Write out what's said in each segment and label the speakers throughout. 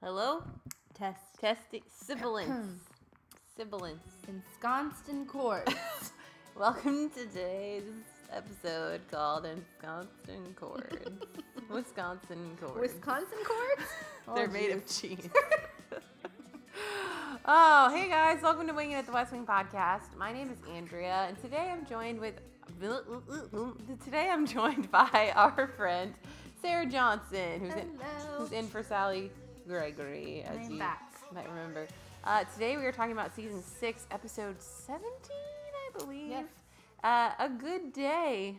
Speaker 1: Hello?
Speaker 2: Test.
Speaker 1: Testing. Sibilance. Sibilance.
Speaker 2: Ensconced in court.
Speaker 1: Welcome to today's episode called Wisconsin Chords. Wisconsin Chords.
Speaker 2: Wisconsin courts?
Speaker 1: They're
Speaker 2: Oh,
Speaker 1: made
Speaker 2: geez.
Speaker 1: of cheese. oh, hey guys, welcome to Winging It at the West Wing podcast. My name is Andrea, and today I'm joined with today I'm joined by our friend Sarah Johnson, who's in,
Speaker 2: Hello.
Speaker 1: who's in for Sally Gregory, as
Speaker 2: I'm
Speaker 1: you
Speaker 2: back.
Speaker 1: might remember. Uh, today we are talking about season six, episode seventeen, I believe.
Speaker 2: Yes.
Speaker 1: Uh, a good day.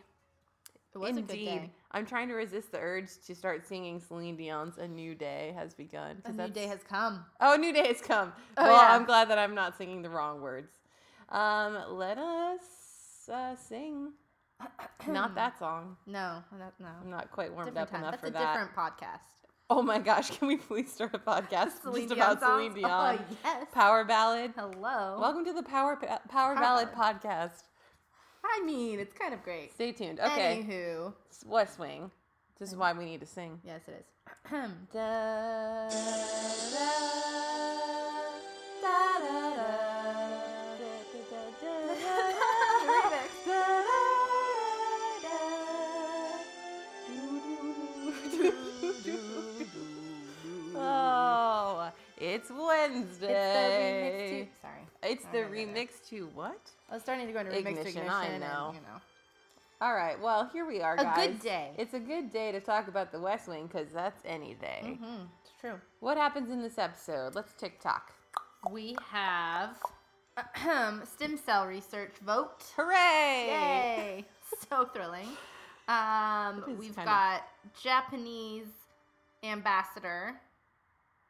Speaker 2: It was
Speaker 1: Indeed.
Speaker 2: a good day.
Speaker 1: I'm trying to resist the urge to start singing Celine Dion's A New Day Has Begun. 'cause
Speaker 2: A new
Speaker 1: that's-
Speaker 2: day has come.
Speaker 1: oh, a New Day has come.
Speaker 2: Oh,
Speaker 1: well,
Speaker 2: yeah.
Speaker 1: I'm glad that I'm not singing the wrong words. Um, let us uh, sing. not that song.
Speaker 2: No, that, no.
Speaker 1: I'm not quite warmed
Speaker 2: Different
Speaker 1: up
Speaker 2: time.
Speaker 1: enough
Speaker 2: That's
Speaker 1: for
Speaker 2: a
Speaker 1: that.
Speaker 2: different podcast.
Speaker 1: Oh my gosh, can we please start a podcast
Speaker 2: Celine
Speaker 1: just about
Speaker 2: Dion
Speaker 1: Celine
Speaker 2: songs?
Speaker 1: Dion?
Speaker 2: Oh, yes.
Speaker 1: Power Ballad.
Speaker 2: Hello.
Speaker 1: Welcome to the Power, pa- Power Ballad podcast.
Speaker 2: I mean, it's kind of great.
Speaker 1: Stay tuned. Okay.
Speaker 2: Anywho.
Speaker 1: West Wing. This is why we need to sing.
Speaker 2: Yes, it is.
Speaker 1: Da, da, da, da, da, da, da, da, da.
Speaker 2: Remix.
Speaker 1: Oh, it's
Speaker 2: It's the remix
Speaker 1: Wednesday.
Speaker 2: to. Sorry.
Speaker 1: It's
Speaker 2: I
Speaker 1: the
Speaker 2: remember that.
Speaker 1: remix to what?
Speaker 2: I was starting to go into remix to
Speaker 1: Ignition,
Speaker 2: ignition.
Speaker 1: I
Speaker 2: and,
Speaker 1: know.
Speaker 2: you know.
Speaker 1: All right, well, here we are,
Speaker 2: A
Speaker 1: guys.
Speaker 2: good day.
Speaker 1: It's a good day to talk about the West Wing because that's any day.
Speaker 2: Mhm, it's true.
Speaker 1: What happens in this episode? Let's TikTok.
Speaker 2: We have stem cell research vote.
Speaker 1: Hooray!
Speaker 2: Yay! so thrilling. Um,
Speaker 1: It is
Speaker 2: we've
Speaker 1: kind of-
Speaker 2: got Japanese ambassador.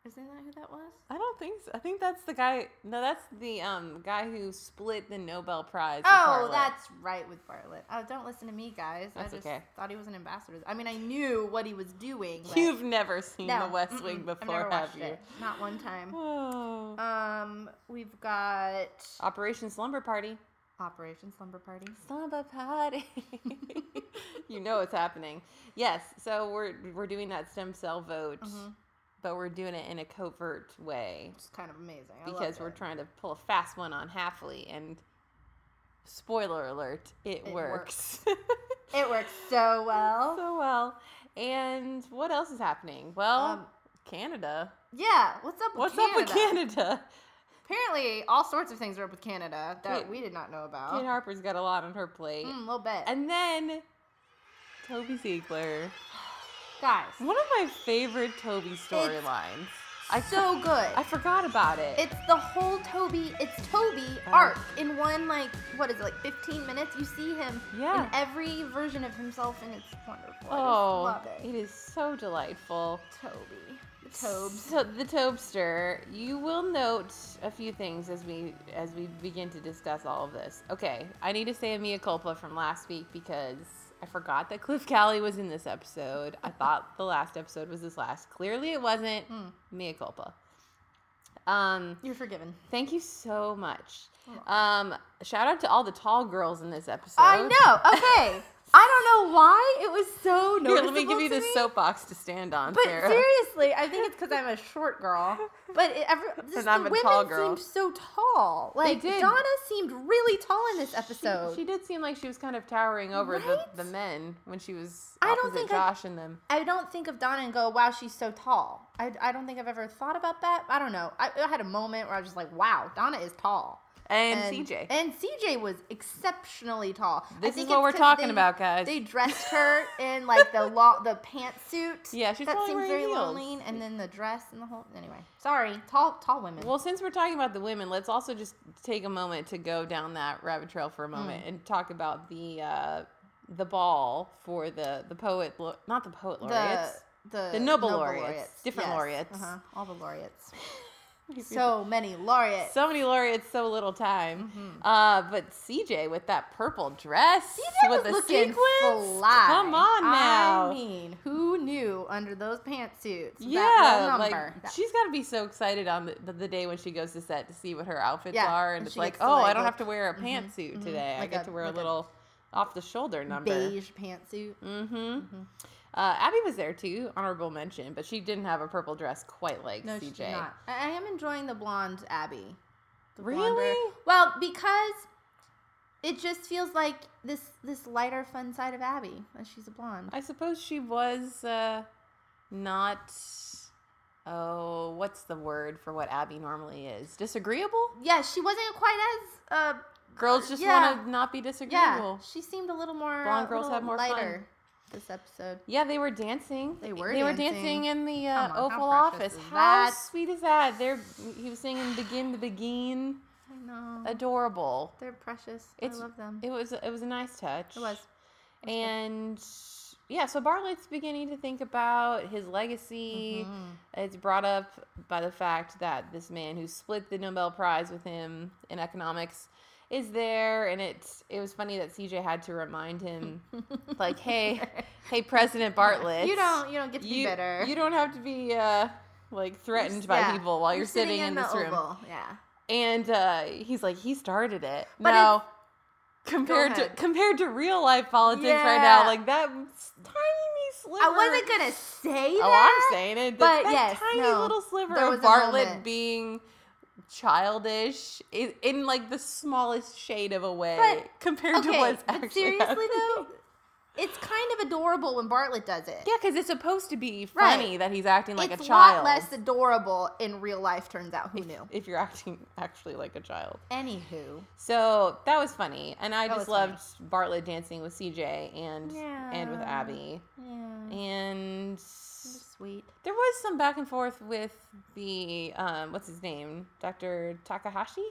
Speaker 2: Isn't that who that was?
Speaker 1: I don't think so. I think that's the guy. No, that's the um guy who split the Nobel Prize. with
Speaker 2: Oh,
Speaker 1: Bartlett.
Speaker 2: that's right with Bartlett. Oh, don't listen to me, guys.
Speaker 1: That's
Speaker 2: I just
Speaker 1: okay.
Speaker 2: thought he was an ambassador. I mean, I knew what he was doing. but-
Speaker 1: You've never seen
Speaker 2: No,
Speaker 1: The West Wing
Speaker 2: mm-mm, I've
Speaker 1: before,
Speaker 2: never
Speaker 1: have
Speaker 2: watched
Speaker 1: you?
Speaker 2: it. Not one time.
Speaker 1: Oh.
Speaker 2: Um, we've got
Speaker 1: Operation Slumber Party.
Speaker 2: Operation Slumber Party.
Speaker 1: Slumber Party. you know what's happening. Yes, so we're we're doing that stem cell vote,
Speaker 2: Mhm.
Speaker 1: but we're doing it in a covert way
Speaker 2: It's kind of amazing. I
Speaker 1: because
Speaker 2: loved
Speaker 1: we're
Speaker 2: it.
Speaker 1: trying to pull a fast one on Halfley and. Spoiler alert! It,
Speaker 2: It
Speaker 1: works.
Speaker 2: It works so well.
Speaker 1: so well. And what else is happening? Well,
Speaker 2: Um,
Speaker 1: Canada.
Speaker 2: yeah, what's up? With
Speaker 1: What's up
Speaker 2: Canada?
Speaker 1: with Canada?
Speaker 2: Apparently, all sorts of things are up with Canada that
Speaker 1: Wait.
Speaker 2: we did not know
Speaker 1: Kate
Speaker 2: about.
Speaker 1: Harper's got a lot on her plate.
Speaker 2: A little bit,
Speaker 1: And then Toby Ziegler.
Speaker 2: guys.
Speaker 1: One of my favorite Toby storylines. I
Speaker 2: so good.
Speaker 1: I forgot about it.
Speaker 2: it's the whole Toby. It's Toby
Speaker 1: Oh.
Speaker 2: arc in one like what is it like 15 minutes? You see him
Speaker 1: Yeah.
Speaker 2: in every version of himself, and it's wonderful.
Speaker 1: oh,
Speaker 2: I just love
Speaker 1: it
Speaker 2: it.
Speaker 1: is so delightful.
Speaker 2: Toby, the Tobes.
Speaker 1: So the Tobster. You will note a few things as we as we begin to discuss all of this. Okay, I need to say a mea culpa from last week because I forgot that Cliff Calley was in this episode. I thought the last episode was this last. Clearly, it wasn't.
Speaker 2: Hmm.
Speaker 1: Mea culpa. Um,
Speaker 2: You're forgiven.
Speaker 1: thank you so much.
Speaker 2: You're welcome.
Speaker 1: Um, shout out to all the tall girls in this episode.
Speaker 2: I know. Okay. I don't know why it was so noticeable.
Speaker 1: Here, let me give you
Speaker 2: to
Speaker 1: this
Speaker 2: me.
Speaker 1: soapbox to stand on,
Speaker 2: But
Speaker 1: Sarah.
Speaker 2: seriously, I think it's because I'm a short girl. But it, every, just
Speaker 1: I'm
Speaker 2: the
Speaker 1: a
Speaker 2: women
Speaker 1: tall girl.
Speaker 2: seemed so tall. Like
Speaker 1: did.
Speaker 2: Donna seemed really tall in this
Speaker 1: She-
Speaker 2: episode.
Speaker 1: She, did seem like she was kind of towering over
Speaker 2: Right?
Speaker 1: the, the men when she was
Speaker 2: I
Speaker 1: opposite
Speaker 2: don't think I-
Speaker 1: Josh and them.
Speaker 2: I don't think of Donna and go, "Wow, she's so tall." I, I don't think I've ever thought about that. I don't know. I, I had a moment where I was just like, "Wow, Donna is tall."
Speaker 1: And, CJ.
Speaker 2: And CJ was exceptionally tall. I
Speaker 1: This is
Speaker 2: think
Speaker 1: what
Speaker 2: it's
Speaker 1: we're
Speaker 2: 'cause
Speaker 1: talking
Speaker 2: they-
Speaker 1: about, guys.
Speaker 2: They dressed her in like the long, the pantsuit.
Speaker 1: Yeah, she's
Speaker 2: that
Speaker 1: probably
Speaker 2: seems
Speaker 1: wearing
Speaker 2: very
Speaker 1: heels.
Speaker 2: lonely, and then the dress and the whole. Anyway, sorry, tall tall women.
Speaker 1: well, since we're talking about the women, let's also just take a moment to go down that rabbit trail for a
Speaker 2: Hmm.
Speaker 1: moment and talk about the uh, the ball for the the poet, lau- not the poet laureates.
Speaker 2: the
Speaker 1: The Nobel laureates. Different laureates.
Speaker 2: Uh-huh. All the laureates. so many laureates.
Speaker 1: so many laureates, so little time.
Speaker 2: Mm-hmm.
Speaker 1: Uh, but CJ with that purple dress,
Speaker 2: CJ
Speaker 1: with
Speaker 2: was
Speaker 1: the
Speaker 2: looking
Speaker 1: sequins,
Speaker 2: fly.
Speaker 1: come on now.
Speaker 2: I mean, who knew under those pantsuits?
Speaker 1: Yeah,
Speaker 2: that little number.
Speaker 1: like
Speaker 2: That-
Speaker 1: she's got to be so excited on the, the, the day when she goes to set to see what her outfits
Speaker 2: Yeah,
Speaker 1: are, and,
Speaker 2: and
Speaker 1: it's
Speaker 2: she
Speaker 1: like,
Speaker 2: gets to,
Speaker 1: oh, I
Speaker 2: like,
Speaker 1: don't
Speaker 2: look-
Speaker 1: have to wear a pantsuit today. I
Speaker 2: Like
Speaker 1: get
Speaker 2: a-
Speaker 1: to wear
Speaker 2: like
Speaker 1: a
Speaker 2: a
Speaker 1: little off the shoulder number.
Speaker 2: beige pantsuit.
Speaker 1: Mm-hmm. Uh, Abby was there too, honorable mention, but she didn't have a purple dress quite like
Speaker 2: No,
Speaker 1: CJ.
Speaker 2: she did not. I, I am enjoying the blonde Abby. The blonder.
Speaker 1: Really?
Speaker 2: Well, because it just feels like this this lighter, fun side of Abby, and she's a blonde.
Speaker 1: I suppose she was uh, not. Oh, what's the word for what Abby normally is? Disagreeable?
Speaker 2: yeah, she wasn't quite as uh,
Speaker 1: Girls just
Speaker 2: Yeah.
Speaker 1: want to not be
Speaker 2: yeah.
Speaker 1: disagreeable.
Speaker 2: She seemed a little more
Speaker 1: Blonde
Speaker 2: uh,
Speaker 1: girls
Speaker 2: little
Speaker 1: have more fun.
Speaker 2: lighter this episode.
Speaker 1: Yeah, they were dancing.
Speaker 2: They were
Speaker 1: They were
Speaker 2: dancing.
Speaker 1: dancing in the
Speaker 2: Come
Speaker 1: uh,
Speaker 2: on, how
Speaker 1: Oval office.
Speaker 2: precious is
Speaker 1: How
Speaker 2: that?
Speaker 1: sweet is that? They're, he was singing "Begin the Begin."
Speaker 2: I know
Speaker 1: Adorable.
Speaker 2: they're precious.
Speaker 1: It's-
Speaker 2: I love them.
Speaker 1: It was. It was a nice touch.
Speaker 2: It was.
Speaker 1: And yeah, so Bartlett's beginning to think about his legacy.
Speaker 2: Mhm.
Speaker 1: It's brought up by the fact that this man who split the Nobel Prize with him in economics is there, and it's it was funny that CJ had to remind him, like, hey, hey, President Bartlett,
Speaker 2: you don't you don't get to be
Speaker 1: you,
Speaker 2: better.
Speaker 1: you don't have to be uh, like threatened by
Speaker 2: yeah.
Speaker 1: people while you're, sitting, in, this room.
Speaker 2: Oval. Yeah.
Speaker 1: And uh, he's like, he started it.
Speaker 2: But
Speaker 1: now, compared to
Speaker 2: ahead.
Speaker 1: compared to real life politics right now,
Speaker 2: Yeah.
Speaker 1: like that s- tiny sliver.
Speaker 2: I wasn't gonna say
Speaker 1: Oh,
Speaker 2: that.
Speaker 1: I'm saying it. But
Speaker 2: but
Speaker 1: that,
Speaker 2: yes,
Speaker 1: tiny
Speaker 2: no,
Speaker 1: little sliver
Speaker 2: there was
Speaker 1: of
Speaker 2: a
Speaker 1: Bartlett
Speaker 2: moment.
Speaker 1: being childish in, in like the smallest shade of a way
Speaker 2: But,
Speaker 1: compared to what's
Speaker 2: but
Speaker 1: actually
Speaker 2: seriously
Speaker 1: happening.
Speaker 2: though, it's kind of adorable when Bartlett does it.
Speaker 1: Yeah, because it's supposed to be
Speaker 2: Right.
Speaker 1: funny that he's acting like
Speaker 2: it's
Speaker 1: a child.
Speaker 2: lot less adorable in real life. Turns out, who knew?
Speaker 1: if you're acting actually like a child.
Speaker 2: Anywho,
Speaker 1: So that was funny, and I
Speaker 2: That
Speaker 1: just
Speaker 2: was funny.
Speaker 1: loved Bartlett dancing with CJ and and with
Speaker 2: Yeah.
Speaker 1: Abby.
Speaker 2: yeah,
Speaker 1: And
Speaker 2: sweet.
Speaker 1: there was some back and forth with the um, what's his name, Dr. Takahashi,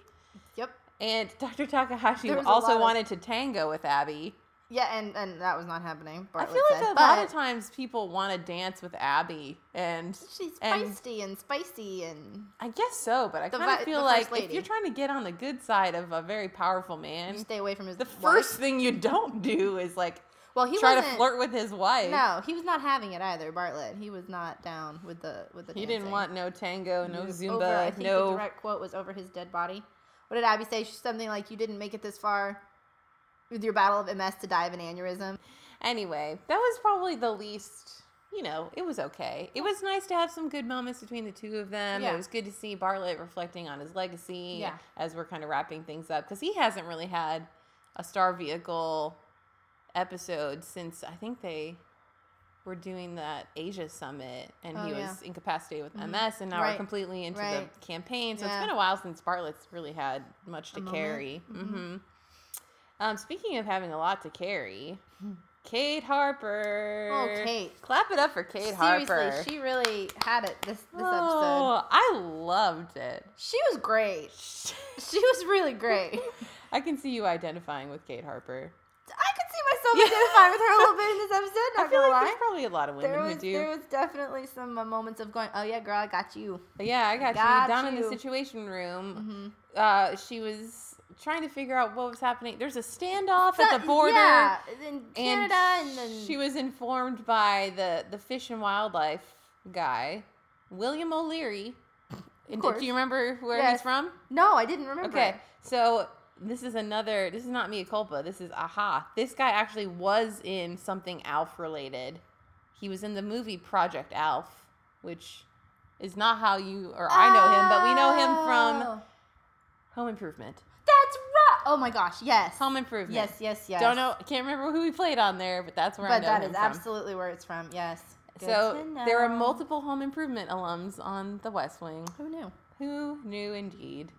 Speaker 2: Yep.
Speaker 1: and Dr. Takahashi
Speaker 2: There was a lot
Speaker 1: also
Speaker 2: of-
Speaker 1: wanted to tango with Abby.
Speaker 2: Yeah, and and that was not happening.
Speaker 1: I
Speaker 2: Bartlett
Speaker 1: feel like
Speaker 2: said,
Speaker 1: a
Speaker 2: but
Speaker 1: lot of times people want to dance with Abby, and
Speaker 2: she's
Speaker 1: and-
Speaker 2: feisty and spicy and
Speaker 1: I guess so, but I
Speaker 2: The
Speaker 1: kind of
Speaker 2: vi-
Speaker 1: feel
Speaker 2: the first
Speaker 1: like if
Speaker 2: lady.
Speaker 1: you're trying to get on the good side of a very powerful
Speaker 2: you
Speaker 1: man,
Speaker 2: stay away from his.
Speaker 1: the
Speaker 2: wife.
Speaker 1: first thing you don't do is like
Speaker 2: well, he
Speaker 1: try to
Speaker 2: wasn't-
Speaker 1: flirt with his wife.
Speaker 2: No, he was not having it either. Bartlett, he was not down with the with the.
Speaker 1: He didn't
Speaker 2: dancing.
Speaker 1: want no tango, no
Speaker 2: It was
Speaker 1: Zumba,
Speaker 2: Over, I think
Speaker 1: no.
Speaker 2: the direct quote was over his dead body. What did Abby say? She's something like, "You didn't make it this far with your battle of MS to die of an aneurysm."
Speaker 1: Anyway, that was probably the least. You know, it was okay. It was nice to have some good moments between the two of them.
Speaker 2: Yeah.
Speaker 1: It was good to see Bartlett reflecting on his legacy
Speaker 2: Yeah.
Speaker 1: as we're kind of wrapping things up because he hasn't really had a star vehicle episode since I think they were doing that Asia summit and he
Speaker 2: Oh,
Speaker 1: was
Speaker 2: yeah.
Speaker 1: incapacitated with
Speaker 2: Mhm.
Speaker 1: MS and now
Speaker 2: Right.
Speaker 1: we're completely into
Speaker 2: Right.
Speaker 1: the campaign. So
Speaker 2: Yeah.
Speaker 1: it's been a while since Bartlett's really had much
Speaker 2: A
Speaker 1: to
Speaker 2: moment.
Speaker 1: carry.
Speaker 2: Mhm.
Speaker 1: hmm Um, speaking of having a lot to carry, Kate Harper.
Speaker 2: Oh, Kate.
Speaker 1: Clap it up for Kate
Speaker 2: Seriously,
Speaker 1: Harper.
Speaker 2: she really had it this this episode.
Speaker 1: Oh, I loved it.
Speaker 2: She was great. She was really great. I
Speaker 1: I can see you identifying with Kate Harper.
Speaker 2: could see myself
Speaker 1: Yeah.
Speaker 2: identifying with her a little bit in this episode. Not
Speaker 1: I feel
Speaker 2: gonna
Speaker 1: like
Speaker 2: lie.
Speaker 1: there's probably a lot of women
Speaker 2: There
Speaker 1: who
Speaker 2: was,
Speaker 1: do.
Speaker 2: there was definitely some uh, moments of going, "Oh yeah, girl, I got you."
Speaker 1: But yeah, I got,
Speaker 2: Got
Speaker 1: you down in
Speaker 2: you.
Speaker 1: the situation room.
Speaker 2: Mm-hmm.
Speaker 1: Uh, she was trying to figure out what was happening. There's a standoff at the border.
Speaker 2: yeah, in Canada, and,
Speaker 1: and
Speaker 2: then
Speaker 1: she was informed by the the fish and wildlife guy, William O'Leary. And do-
Speaker 2: course.
Speaker 1: do you remember where
Speaker 2: Yes.
Speaker 1: he's from?
Speaker 2: no, I didn't remember.
Speaker 1: Okay, so this is another. This is not mea culpa. This is aha. This guy actually was in something Alf related. He was in the movie Project Alf, which is not how you or I know him, but we know him from
Speaker 2: Oh.
Speaker 1: Home Improvement.
Speaker 2: That's right. Oh my gosh, yes.
Speaker 1: Home Improvement.
Speaker 2: Yes, yes, yes.
Speaker 1: Don't know. Can't remember who he played on there, but that's where I
Speaker 2: But
Speaker 1: know
Speaker 2: that
Speaker 1: him
Speaker 2: is
Speaker 1: from.
Speaker 2: absolutely where it's from. Yes. Good
Speaker 1: So
Speaker 2: to
Speaker 1: there are
Speaker 2: know.
Speaker 1: multiple home improvement alums on the West Wing.
Speaker 2: Who knew?
Speaker 1: Who knew indeed?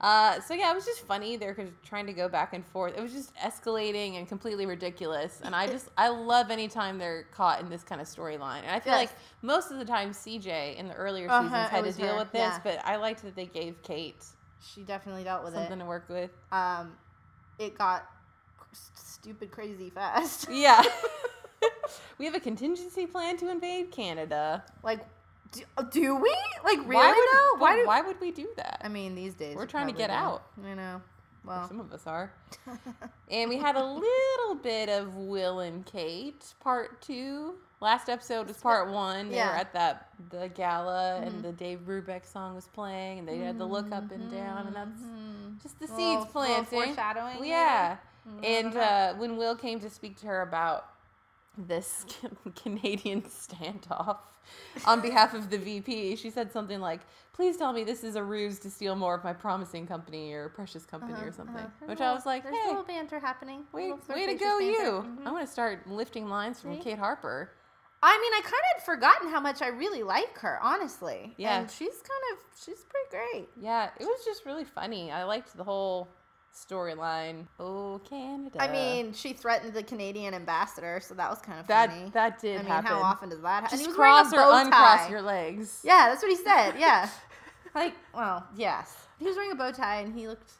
Speaker 1: Uh, so yeah, it was just funny. They're kind of trying to go back and forth. It was just escalating and completely ridiculous. And I just I love any time they're caught in this kind of storyline. And I feel like
Speaker 2: Yes.
Speaker 1: most of the time CJ in the earlier
Speaker 2: Uh-huh,
Speaker 1: seasons
Speaker 2: it
Speaker 1: had to
Speaker 2: was
Speaker 1: deal
Speaker 2: her,
Speaker 1: with this,
Speaker 2: yeah.
Speaker 1: but I liked that they gave Kate
Speaker 2: She definitely dealt with
Speaker 1: something to work with.
Speaker 2: it. Um, it got s- stupid crazy fast.
Speaker 1: Yeah. we have a contingency plan to invade Canada.
Speaker 2: like, do, do we? Like, really?
Speaker 1: why would,
Speaker 2: though? Why
Speaker 1: but
Speaker 2: do?
Speaker 1: why would we do that?
Speaker 2: I mean, these days
Speaker 1: We're
Speaker 2: you
Speaker 1: trying to
Speaker 2: probably
Speaker 1: get
Speaker 2: do.
Speaker 1: out.
Speaker 2: I know.
Speaker 1: Or
Speaker 2: Well,
Speaker 1: Some of us are. And we had a little bit of Will and Kate part two. Last episode was part one. They were
Speaker 2: Yeah.
Speaker 1: at that the gala
Speaker 2: Mhm.
Speaker 1: and the Dave Brubeck song was playing and they had the look up and down and that's
Speaker 2: Mhm.
Speaker 1: just the
Speaker 2: Little-
Speaker 1: seeds
Speaker 2: little
Speaker 1: planting.
Speaker 2: foreshadowing.
Speaker 1: Yeah.
Speaker 2: maybe? Mm, I
Speaker 1: And
Speaker 2: don't know.
Speaker 1: uh, when Will came to speak to her about this Canadian standoff on behalf of the VP. She said something like, "Please tell me this is a ruse to steal more of my promising company or precious company or something." Which I was like,
Speaker 2: Uh-huh, There's
Speaker 1: "Hey,
Speaker 2: a little banter happening. a
Speaker 1: way,
Speaker 2: little
Speaker 1: way to
Speaker 2: flirtatious
Speaker 1: go,
Speaker 2: banter.
Speaker 1: you!"
Speaker 2: Mhm.
Speaker 1: I'm gonna start lifting lines from
Speaker 2: See?
Speaker 1: Kate Harper.
Speaker 2: I mean, I kind of had forgotten how much I really like her, honestly.
Speaker 1: Yeah.
Speaker 2: And she's kind of, she's pretty great.
Speaker 1: Yeah, it was just really funny. I liked the whole storyline. Oh, Canada.
Speaker 2: I mean, she threatened the Canadian ambassador, so that was kind of funny.
Speaker 1: that that did
Speaker 2: I mean,
Speaker 1: happen.
Speaker 2: how often does that happen?
Speaker 1: Just cross or uncross your legs.
Speaker 2: Yeah, that's what he said. Yeah. like, well, yes. He was wearing a bow tie and he looked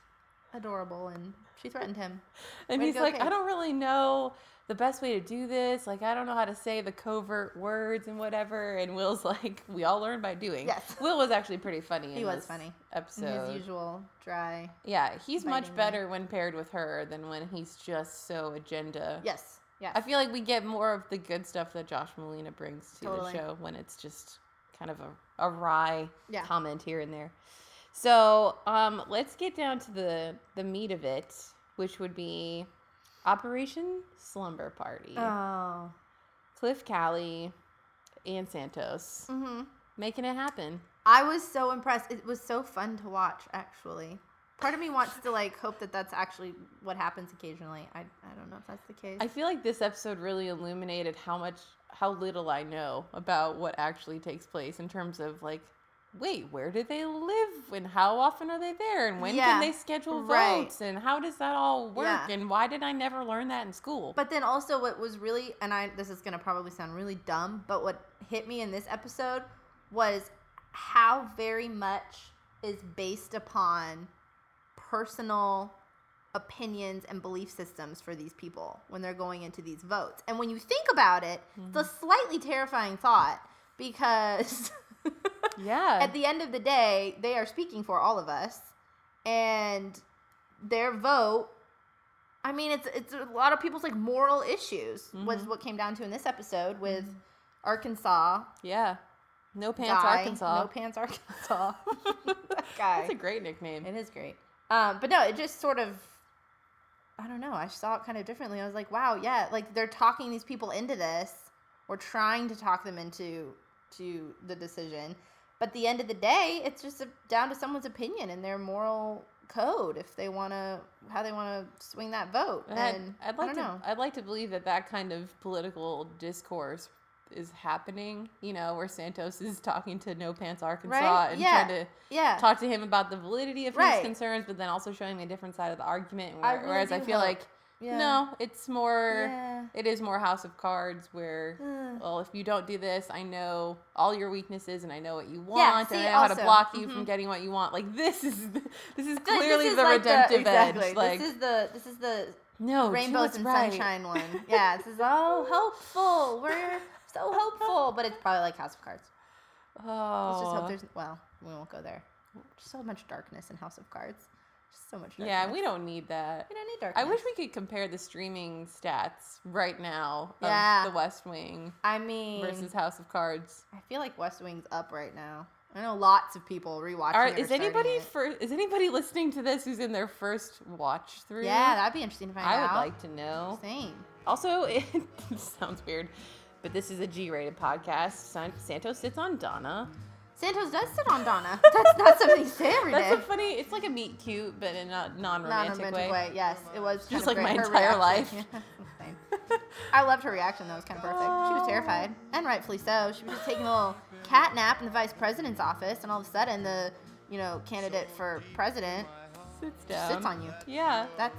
Speaker 2: adorable and she threatened him.
Speaker 1: And
Speaker 2: Way to
Speaker 1: he's
Speaker 2: go,
Speaker 1: like, I
Speaker 2: Kate."
Speaker 1: don't really know the best way to do this. Like, I don't know how to say the covert words and whatever. And Will's like, we all learn by doing.
Speaker 2: Yes.
Speaker 1: Will was actually pretty funny.
Speaker 2: He
Speaker 1: in
Speaker 2: was
Speaker 1: this
Speaker 2: funny. In
Speaker 1: Episode.
Speaker 2: his usual dry.
Speaker 1: yeah, he's much
Speaker 2: biting me.
Speaker 1: better when paired with her than when he's just so agenda.
Speaker 2: Yes. Yeah.
Speaker 1: I feel like we get more of the good stuff that Josh Molina brings to
Speaker 2: Totally.
Speaker 1: the show when it's just kind of a, a wry
Speaker 2: Yeah.
Speaker 1: comment here and there. So um, let's get down to the the meat of it, which would be Operation Slumber Party.
Speaker 2: Oh.
Speaker 1: Cliff Callie and Santos
Speaker 2: Mm-hmm.
Speaker 1: making it happen.
Speaker 2: I was so impressed. It was so fun to watch, actually. Part of me wants to like hope that that's actually what happens occasionally. I, I don't know if that's the case.
Speaker 1: I feel like this episode really illuminated how much how little I know about what actually takes place in terms of like wait, where do they live and how often are they there and when
Speaker 2: Yeah,
Speaker 1: can they schedule
Speaker 2: right.
Speaker 1: votes and how does that all work
Speaker 2: Yeah.
Speaker 1: and why did I never learn that in school?
Speaker 2: But then also, what was really, and I this is gonna probably sound really dumb, but what hit me in this episode was how very much is based upon personal opinions and belief systems for these people when they're going into these votes. And when you think about it, it's a slightly terrifying thought because
Speaker 1: yeah.
Speaker 2: at the end of the day, they are speaking for all of us, and their vote. I mean, it's it's a lot of people's like moral issues was
Speaker 1: Mhm.
Speaker 2: what came down to in this episode with Arkansas
Speaker 1: yeah. No Mm-hmm. pants
Speaker 2: guy,
Speaker 1: Arkansas.
Speaker 2: no pants Arkansas that guy.
Speaker 1: That's a great nickname.
Speaker 2: it is great, um, but no, it just sort of. I don't know. I saw it kind of differently. I was like, wow, yeah, like they're talking these people into this, or trying to talk them into to the decision. But at the end of the day, it's just a, down to someone's opinion and their moral code if they want to how they want to swing that vote.
Speaker 1: And I'd-
Speaker 2: and
Speaker 1: I'd like
Speaker 2: I don't
Speaker 1: to
Speaker 2: know.
Speaker 1: I'd like to believe that that kind of political discourse is happening, you know, where Santos is talking to No Pants Arkansas
Speaker 2: Right?
Speaker 1: and
Speaker 2: Yeah.
Speaker 1: trying to
Speaker 2: yeah,
Speaker 1: talk to him about the validity of his
Speaker 2: Right.
Speaker 1: concerns, but then also showing me a different side of the argument.
Speaker 2: I
Speaker 1: where-
Speaker 2: really
Speaker 1: whereas
Speaker 2: do
Speaker 1: I feel
Speaker 2: hope-
Speaker 1: like
Speaker 2: yeah.
Speaker 1: no, it's more
Speaker 2: Yeah. Mm.
Speaker 1: it is more House of Cards where
Speaker 2: Ugh.
Speaker 1: well, if you don't do this, I know all your weaknesses and I know what you want and
Speaker 2: see,
Speaker 1: I know how to
Speaker 2: also,
Speaker 1: block you from
Speaker 2: mhm.
Speaker 1: getting what you want. Like this is this is
Speaker 2: Th- this
Speaker 1: clearly
Speaker 2: is
Speaker 1: the
Speaker 2: like
Speaker 1: redemptive
Speaker 2: exactly.
Speaker 1: edge. Like
Speaker 2: this is the this is the
Speaker 1: no, Judith's
Speaker 2: rainbows and
Speaker 1: Oh, right.
Speaker 2: sunshine one. Yeah, this is oh hopeful. We're so hopeful, but it's probably like House of Cards.
Speaker 1: Oh,
Speaker 2: Let's just hope there's well, we won't go there. Just so much darkness in House of Cards. Just so much. Darkness.
Speaker 1: yeah, we don't need that.
Speaker 2: we don't need darkness.
Speaker 1: I wish we could compare the streaming stats right now of
Speaker 2: Yeah.
Speaker 1: The West Wing
Speaker 2: I mean,
Speaker 1: versus House of Cards.
Speaker 2: I feel like West Wing's up right now. I know lots of people rewatching.
Speaker 1: Are,
Speaker 2: it or
Speaker 1: is
Speaker 2: starting
Speaker 1: anybody
Speaker 2: it.
Speaker 1: first? Is anybody listening to this who's in their first watch through?
Speaker 2: Yeah, that'd be interesting to find
Speaker 1: I
Speaker 2: out.
Speaker 1: would like to know.
Speaker 2: Same.
Speaker 1: Also, it sounds weird, but this is a G-rated podcast. San- Santos sits on Donna.
Speaker 2: Santos does sit on Donna. That's not something you say every
Speaker 1: That's
Speaker 2: day.
Speaker 1: a funny. It's like a meet cute, but in a non-romantic,
Speaker 2: non-romantic
Speaker 1: way.
Speaker 2: way. Yes, it was kind
Speaker 1: Just
Speaker 2: of
Speaker 1: like my
Speaker 2: great. Her
Speaker 1: entire
Speaker 2: reaction- Yeah, same. I loved her reaction. That was kind of perfect. She was
Speaker 1: Oh.
Speaker 2: terrified, and rightfully so. She was just taking a little cat nap in the vice president's office, and all of a sudden, the you know candidate for president
Speaker 1: Sits
Speaker 2: just
Speaker 1: down.
Speaker 2: sits on you.
Speaker 1: Yeah.
Speaker 2: That's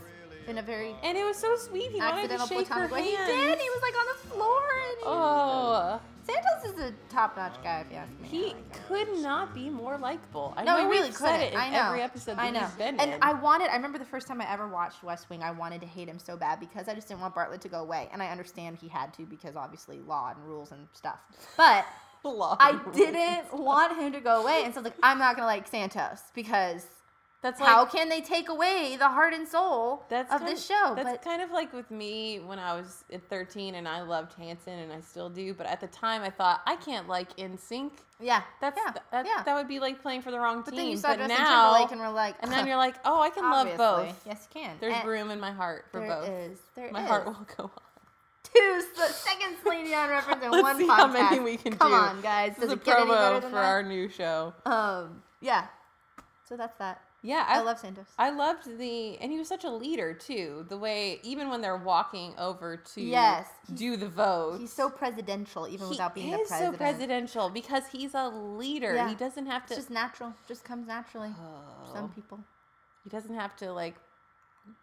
Speaker 2: in a very
Speaker 1: And it was so sweet. He wanted to
Speaker 2: accidental
Speaker 1: shake her
Speaker 2: platonic way.
Speaker 1: hand.
Speaker 2: He did. He was like on the floor, and he was
Speaker 1: Oh,
Speaker 2: just- Santos is a top-notch guy, if you ask me. I
Speaker 1: he
Speaker 2: like him.
Speaker 1: could not be more likable. I
Speaker 2: No,
Speaker 1: know
Speaker 2: he really
Speaker 1: we've
Speaker 2: couldn't.
Speaker 1: said it in
Speaker 2: I know.
Speaker 1: every episode that
Speaker 2: I know.
Speaker 1: he's been
Speaker 2: and
Speaker 1: in.
Speaker 2: I wanted. I remember the first time I ever watched West Wing. I wanted to hate him so bad because I just didn't want Bartlett to go away, and I understand he had to because obviously law and rules and stuff. But I didn't want him to go away, and so I was like, I'm not gonna like Santos because
Speaker 1: That's
Speaker 2: how
Speaker 1: like,
Speaker 2: can they take away the heart and soul
Speaker 1: that's
Speaker 2: of
Speaker 1: kind
Speaker 2: this show?
Speaker 1: That's
Speaker 2: But
Speaker 1: kind of like with me when I was at 13 and I loved Hanson and I still do. But at the time, I thought I can't like In Sync.
Speaker 2: yeah,
Speaker 1: That's
Speaker 2: yeah,
Speaker 1: that,
Speaker 2: yeah.
Speaker 1: that would be like playing for the wrong
Speaker 2: but
Speaker 1: team.
Speaker 2: then you saw
Speaker 1: but
Speaker 2: Justin
Speaker 1: now,
Speaker 2: Timberlake, and we're like,
Speaker 1: and then you're like, oh, I can love
Speaker 2: obviously.
Speaker 1: both.
Speaker 2: Yes, you can.
Speaker 1: There's
Speaker 2: And
Speaker 1: room in my heart for
Speaker 2: there
Speaker 1: both.
Speaker 2: is- there
Speaker 1: My
Speaker 2: is.
Speaker 1: heart will go on.
Speaker 2: two s- second Celine Dion reference in
Speaker 1: Let's
Speaker 2: one
Speaker 1: see
Speaker 2: podcast.
Speaker 1: how many we can
Speaker 2: Come
Speaker 1: do.
Speaker 2: on, guys.
Speaker 1: This
Speaker 2: Does
Speaker 1: is a
Speaker 2: it get any better
Speaker 1: promo
Speaker 2: than
Speaker 1: for
Speaker 2: that?
Speaker 1: our new show.
Speaker 2: Um, yeah. So that's that.
Speaker 1: Yeah,
Speaker 2: I, love Santos.
Speaker 1: I loved the, and he was such a leader too. The way, even when they're walking over to
Speaker 2: Yes, he's-
Speaker 1: do the vote,
Speaker 2: He's so presidential, even
Speaker 1: he
Speaker 2: without being
Speaker 1: is
Speaker 2: the president.
Speaker 1: so presidential because he's a leader.
Speaker 2: Yeah.
Speaker 1: He doesn't have to.
Speaker 2: It's just natural. Just comes naturally. for Some
Speaker 1: Oh.
Speaker 2: people.
Speaker 1: he doesn't have to like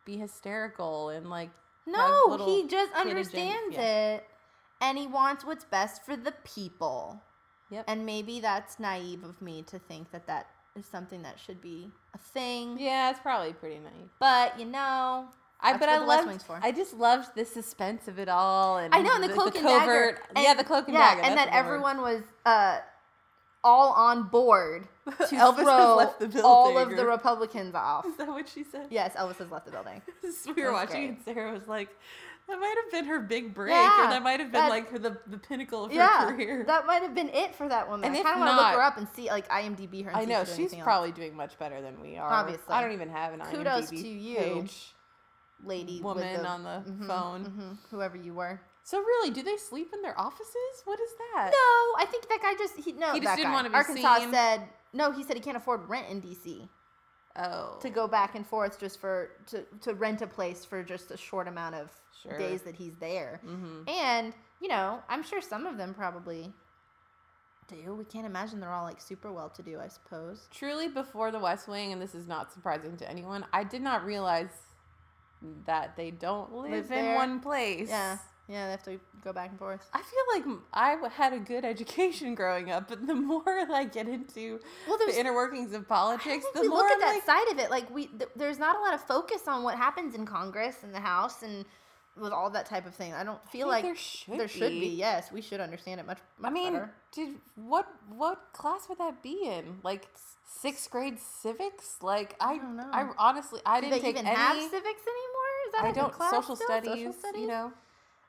Speaker 1: be hysterical and like.
Speaker 2: No,
Speaker 1: little
Speaker 2: he just
Speaker 1: kid agenda-
Speaker 2: understands
Speaker 1: yeah.
Speaker 2: it, and he wants what's best for the people.
Speaker 1: Yep.
Speaker 2: And maybe that's naive of me to think that that is something that should be a thing.
Speaker 1: yeah, it's probably pretty naive.
Speaker 2: But you know,
Speaker 1: I
Speaker 2: That's
Speaker 1: but
Speaker 2: what
Speaker 1: I
Speaker 2: the West
Speaker 1: loved.
Speaker 2: Wing's for.
Speaker 1: I just loved the suspense of it all, and
Speaker 2: I know, and the cloak and dagger, and-
Speaker 1: yeah, the cloak and
Speaker 2: yeah,
Speaker 1: dagger,
Speaker 2: and
Speaker 1: that's
Speaker 2: that
Speaker 1: the word.
Speaker 2: everyone was uh, all on board to
Speaker 1: Elvis has
Speaker 2: throw
Speaker 1: left the
Speaker 2: all of
Speaker 1: building,
Speaker 2: the
Speaker 1: or-
Speaker 2: Republicans off.
Speaker 1: Is that what she said?
Speaker 2: yes, Elvis has left the building.
Speaker 1: we were
Speaker 2: That's
Speaker 1: watching,
Speaker 2: great.
Speaker 1: and Sarah was like, "That might have been her big break,
Speaker 2: Yeah,
Speaker 1: or that might have been
Speaker 2: that-
Speaker 1: like her, the the pinnacle of her
Speaker 2: yeah,
Speaker 1: career."
Speaker 2: that might have been it for that woman.
Speaker 1: And
Speaker 2: I
Speaker 1: if
Speaker 2: kind of want to look
Speaker 1: not-
Speaker 2: her up and see, like, IMDb her. And
Speaker 1: I
Speaker 2: see
Speaker 1: know
Speaker 2: if she did
Speaker 1: she's
Speaker 2: anything else.
Speaker 1: probably doing much better than we are.
Speaker 2: Obviously.
Speaker 1: I don't even have an
Speaker 2: Kudos
Speaker 1: IMDb
Speaker 2: to you,
Speaker 1: page.
Speaker 2: lady
Speaker 1: woman
Speaker 2: with the,
Speaker 1: on the Mm-hmm,
Speaker 2: Mhm,
Speaker 1: phone.
Speaker 2: mhm, whoever you were.
Speaker 1: So really, do they sleep in their offices? What is that?
Speaker 2: No, I think that guy just he no.
Speaker 1: He just
Speaker 2: that
Speaker 1: didn't
Speaker 2: guy.
Speaker 1: wanna be
Speaker 2: Arkansas
Speaker 1: seen.
Speaker 2: said no. He said he can't afford rent in DC
Speaker 1: Oh,
Speaker 2: to go back and forth just for to to rent a place for just a short amount of
Speaker 1: Sure.
Speaker 2: days that he's there.
Speaker 1: Mm-hmm.
Speaker 2: And you know, I'm sure some of them probably do. We can't imagine they're all like super well to do. I suppose.
Speaker 1: Truly, before The West Wing, and this is not surprising to anyone, I did not realize that they don't live,
Speaker 2: Live
Speaker 1: in
Speaker 2: there.
Speaker 1: one place.
Speaker 2: Yeah, yeah. They have to go back and forth.
Speaker 1: I feel like I w- had a good education growing up, but the more I get into
Speaker 2: Well,
Speaker 1: the inner workings of politics,
Speaker 2: think
Speaker 1: the
Speaker 2: we
Speaker 1: more
Speaker 2: look at
Speaker 1: I'm
Speaker 2: that
Speaker 1: like,
Speaker 2: side of it. Like we, th- there's not a lot of focus on what happens in Congress and the House and with all that type of thing. I don't feel
Speaker 1: I
Speaker 2: like
Speaker 1: think there should
Speaker 2: there should be.
Speaker 1: be.
Speaker 2: Yes, we should understand it much.
Speaker 1: I
Speaker 2: much
Speaker 1: mean,
Speaker 2: better.
Speaker 1: did what what class would that be in? Like sixth grade civics? Like I, I,
Speaker 2: don't know.
Speaker 1: honestly, I
Speaker 2: do
Speaker 1: didn't
Speaker 2: they
Speaker 1: take
Speaker 2: even
Speaker 1: any.
Speaker 2: have civics anymore? Is that
Speaker 1: I
Speaker 2: even
Speaker 1: don't
Speaker 2: class
Speaker 1: social,
Speaker 2: still?
Speaker 1: studies, You
Speaker 2: studies?
Speaker 1: know,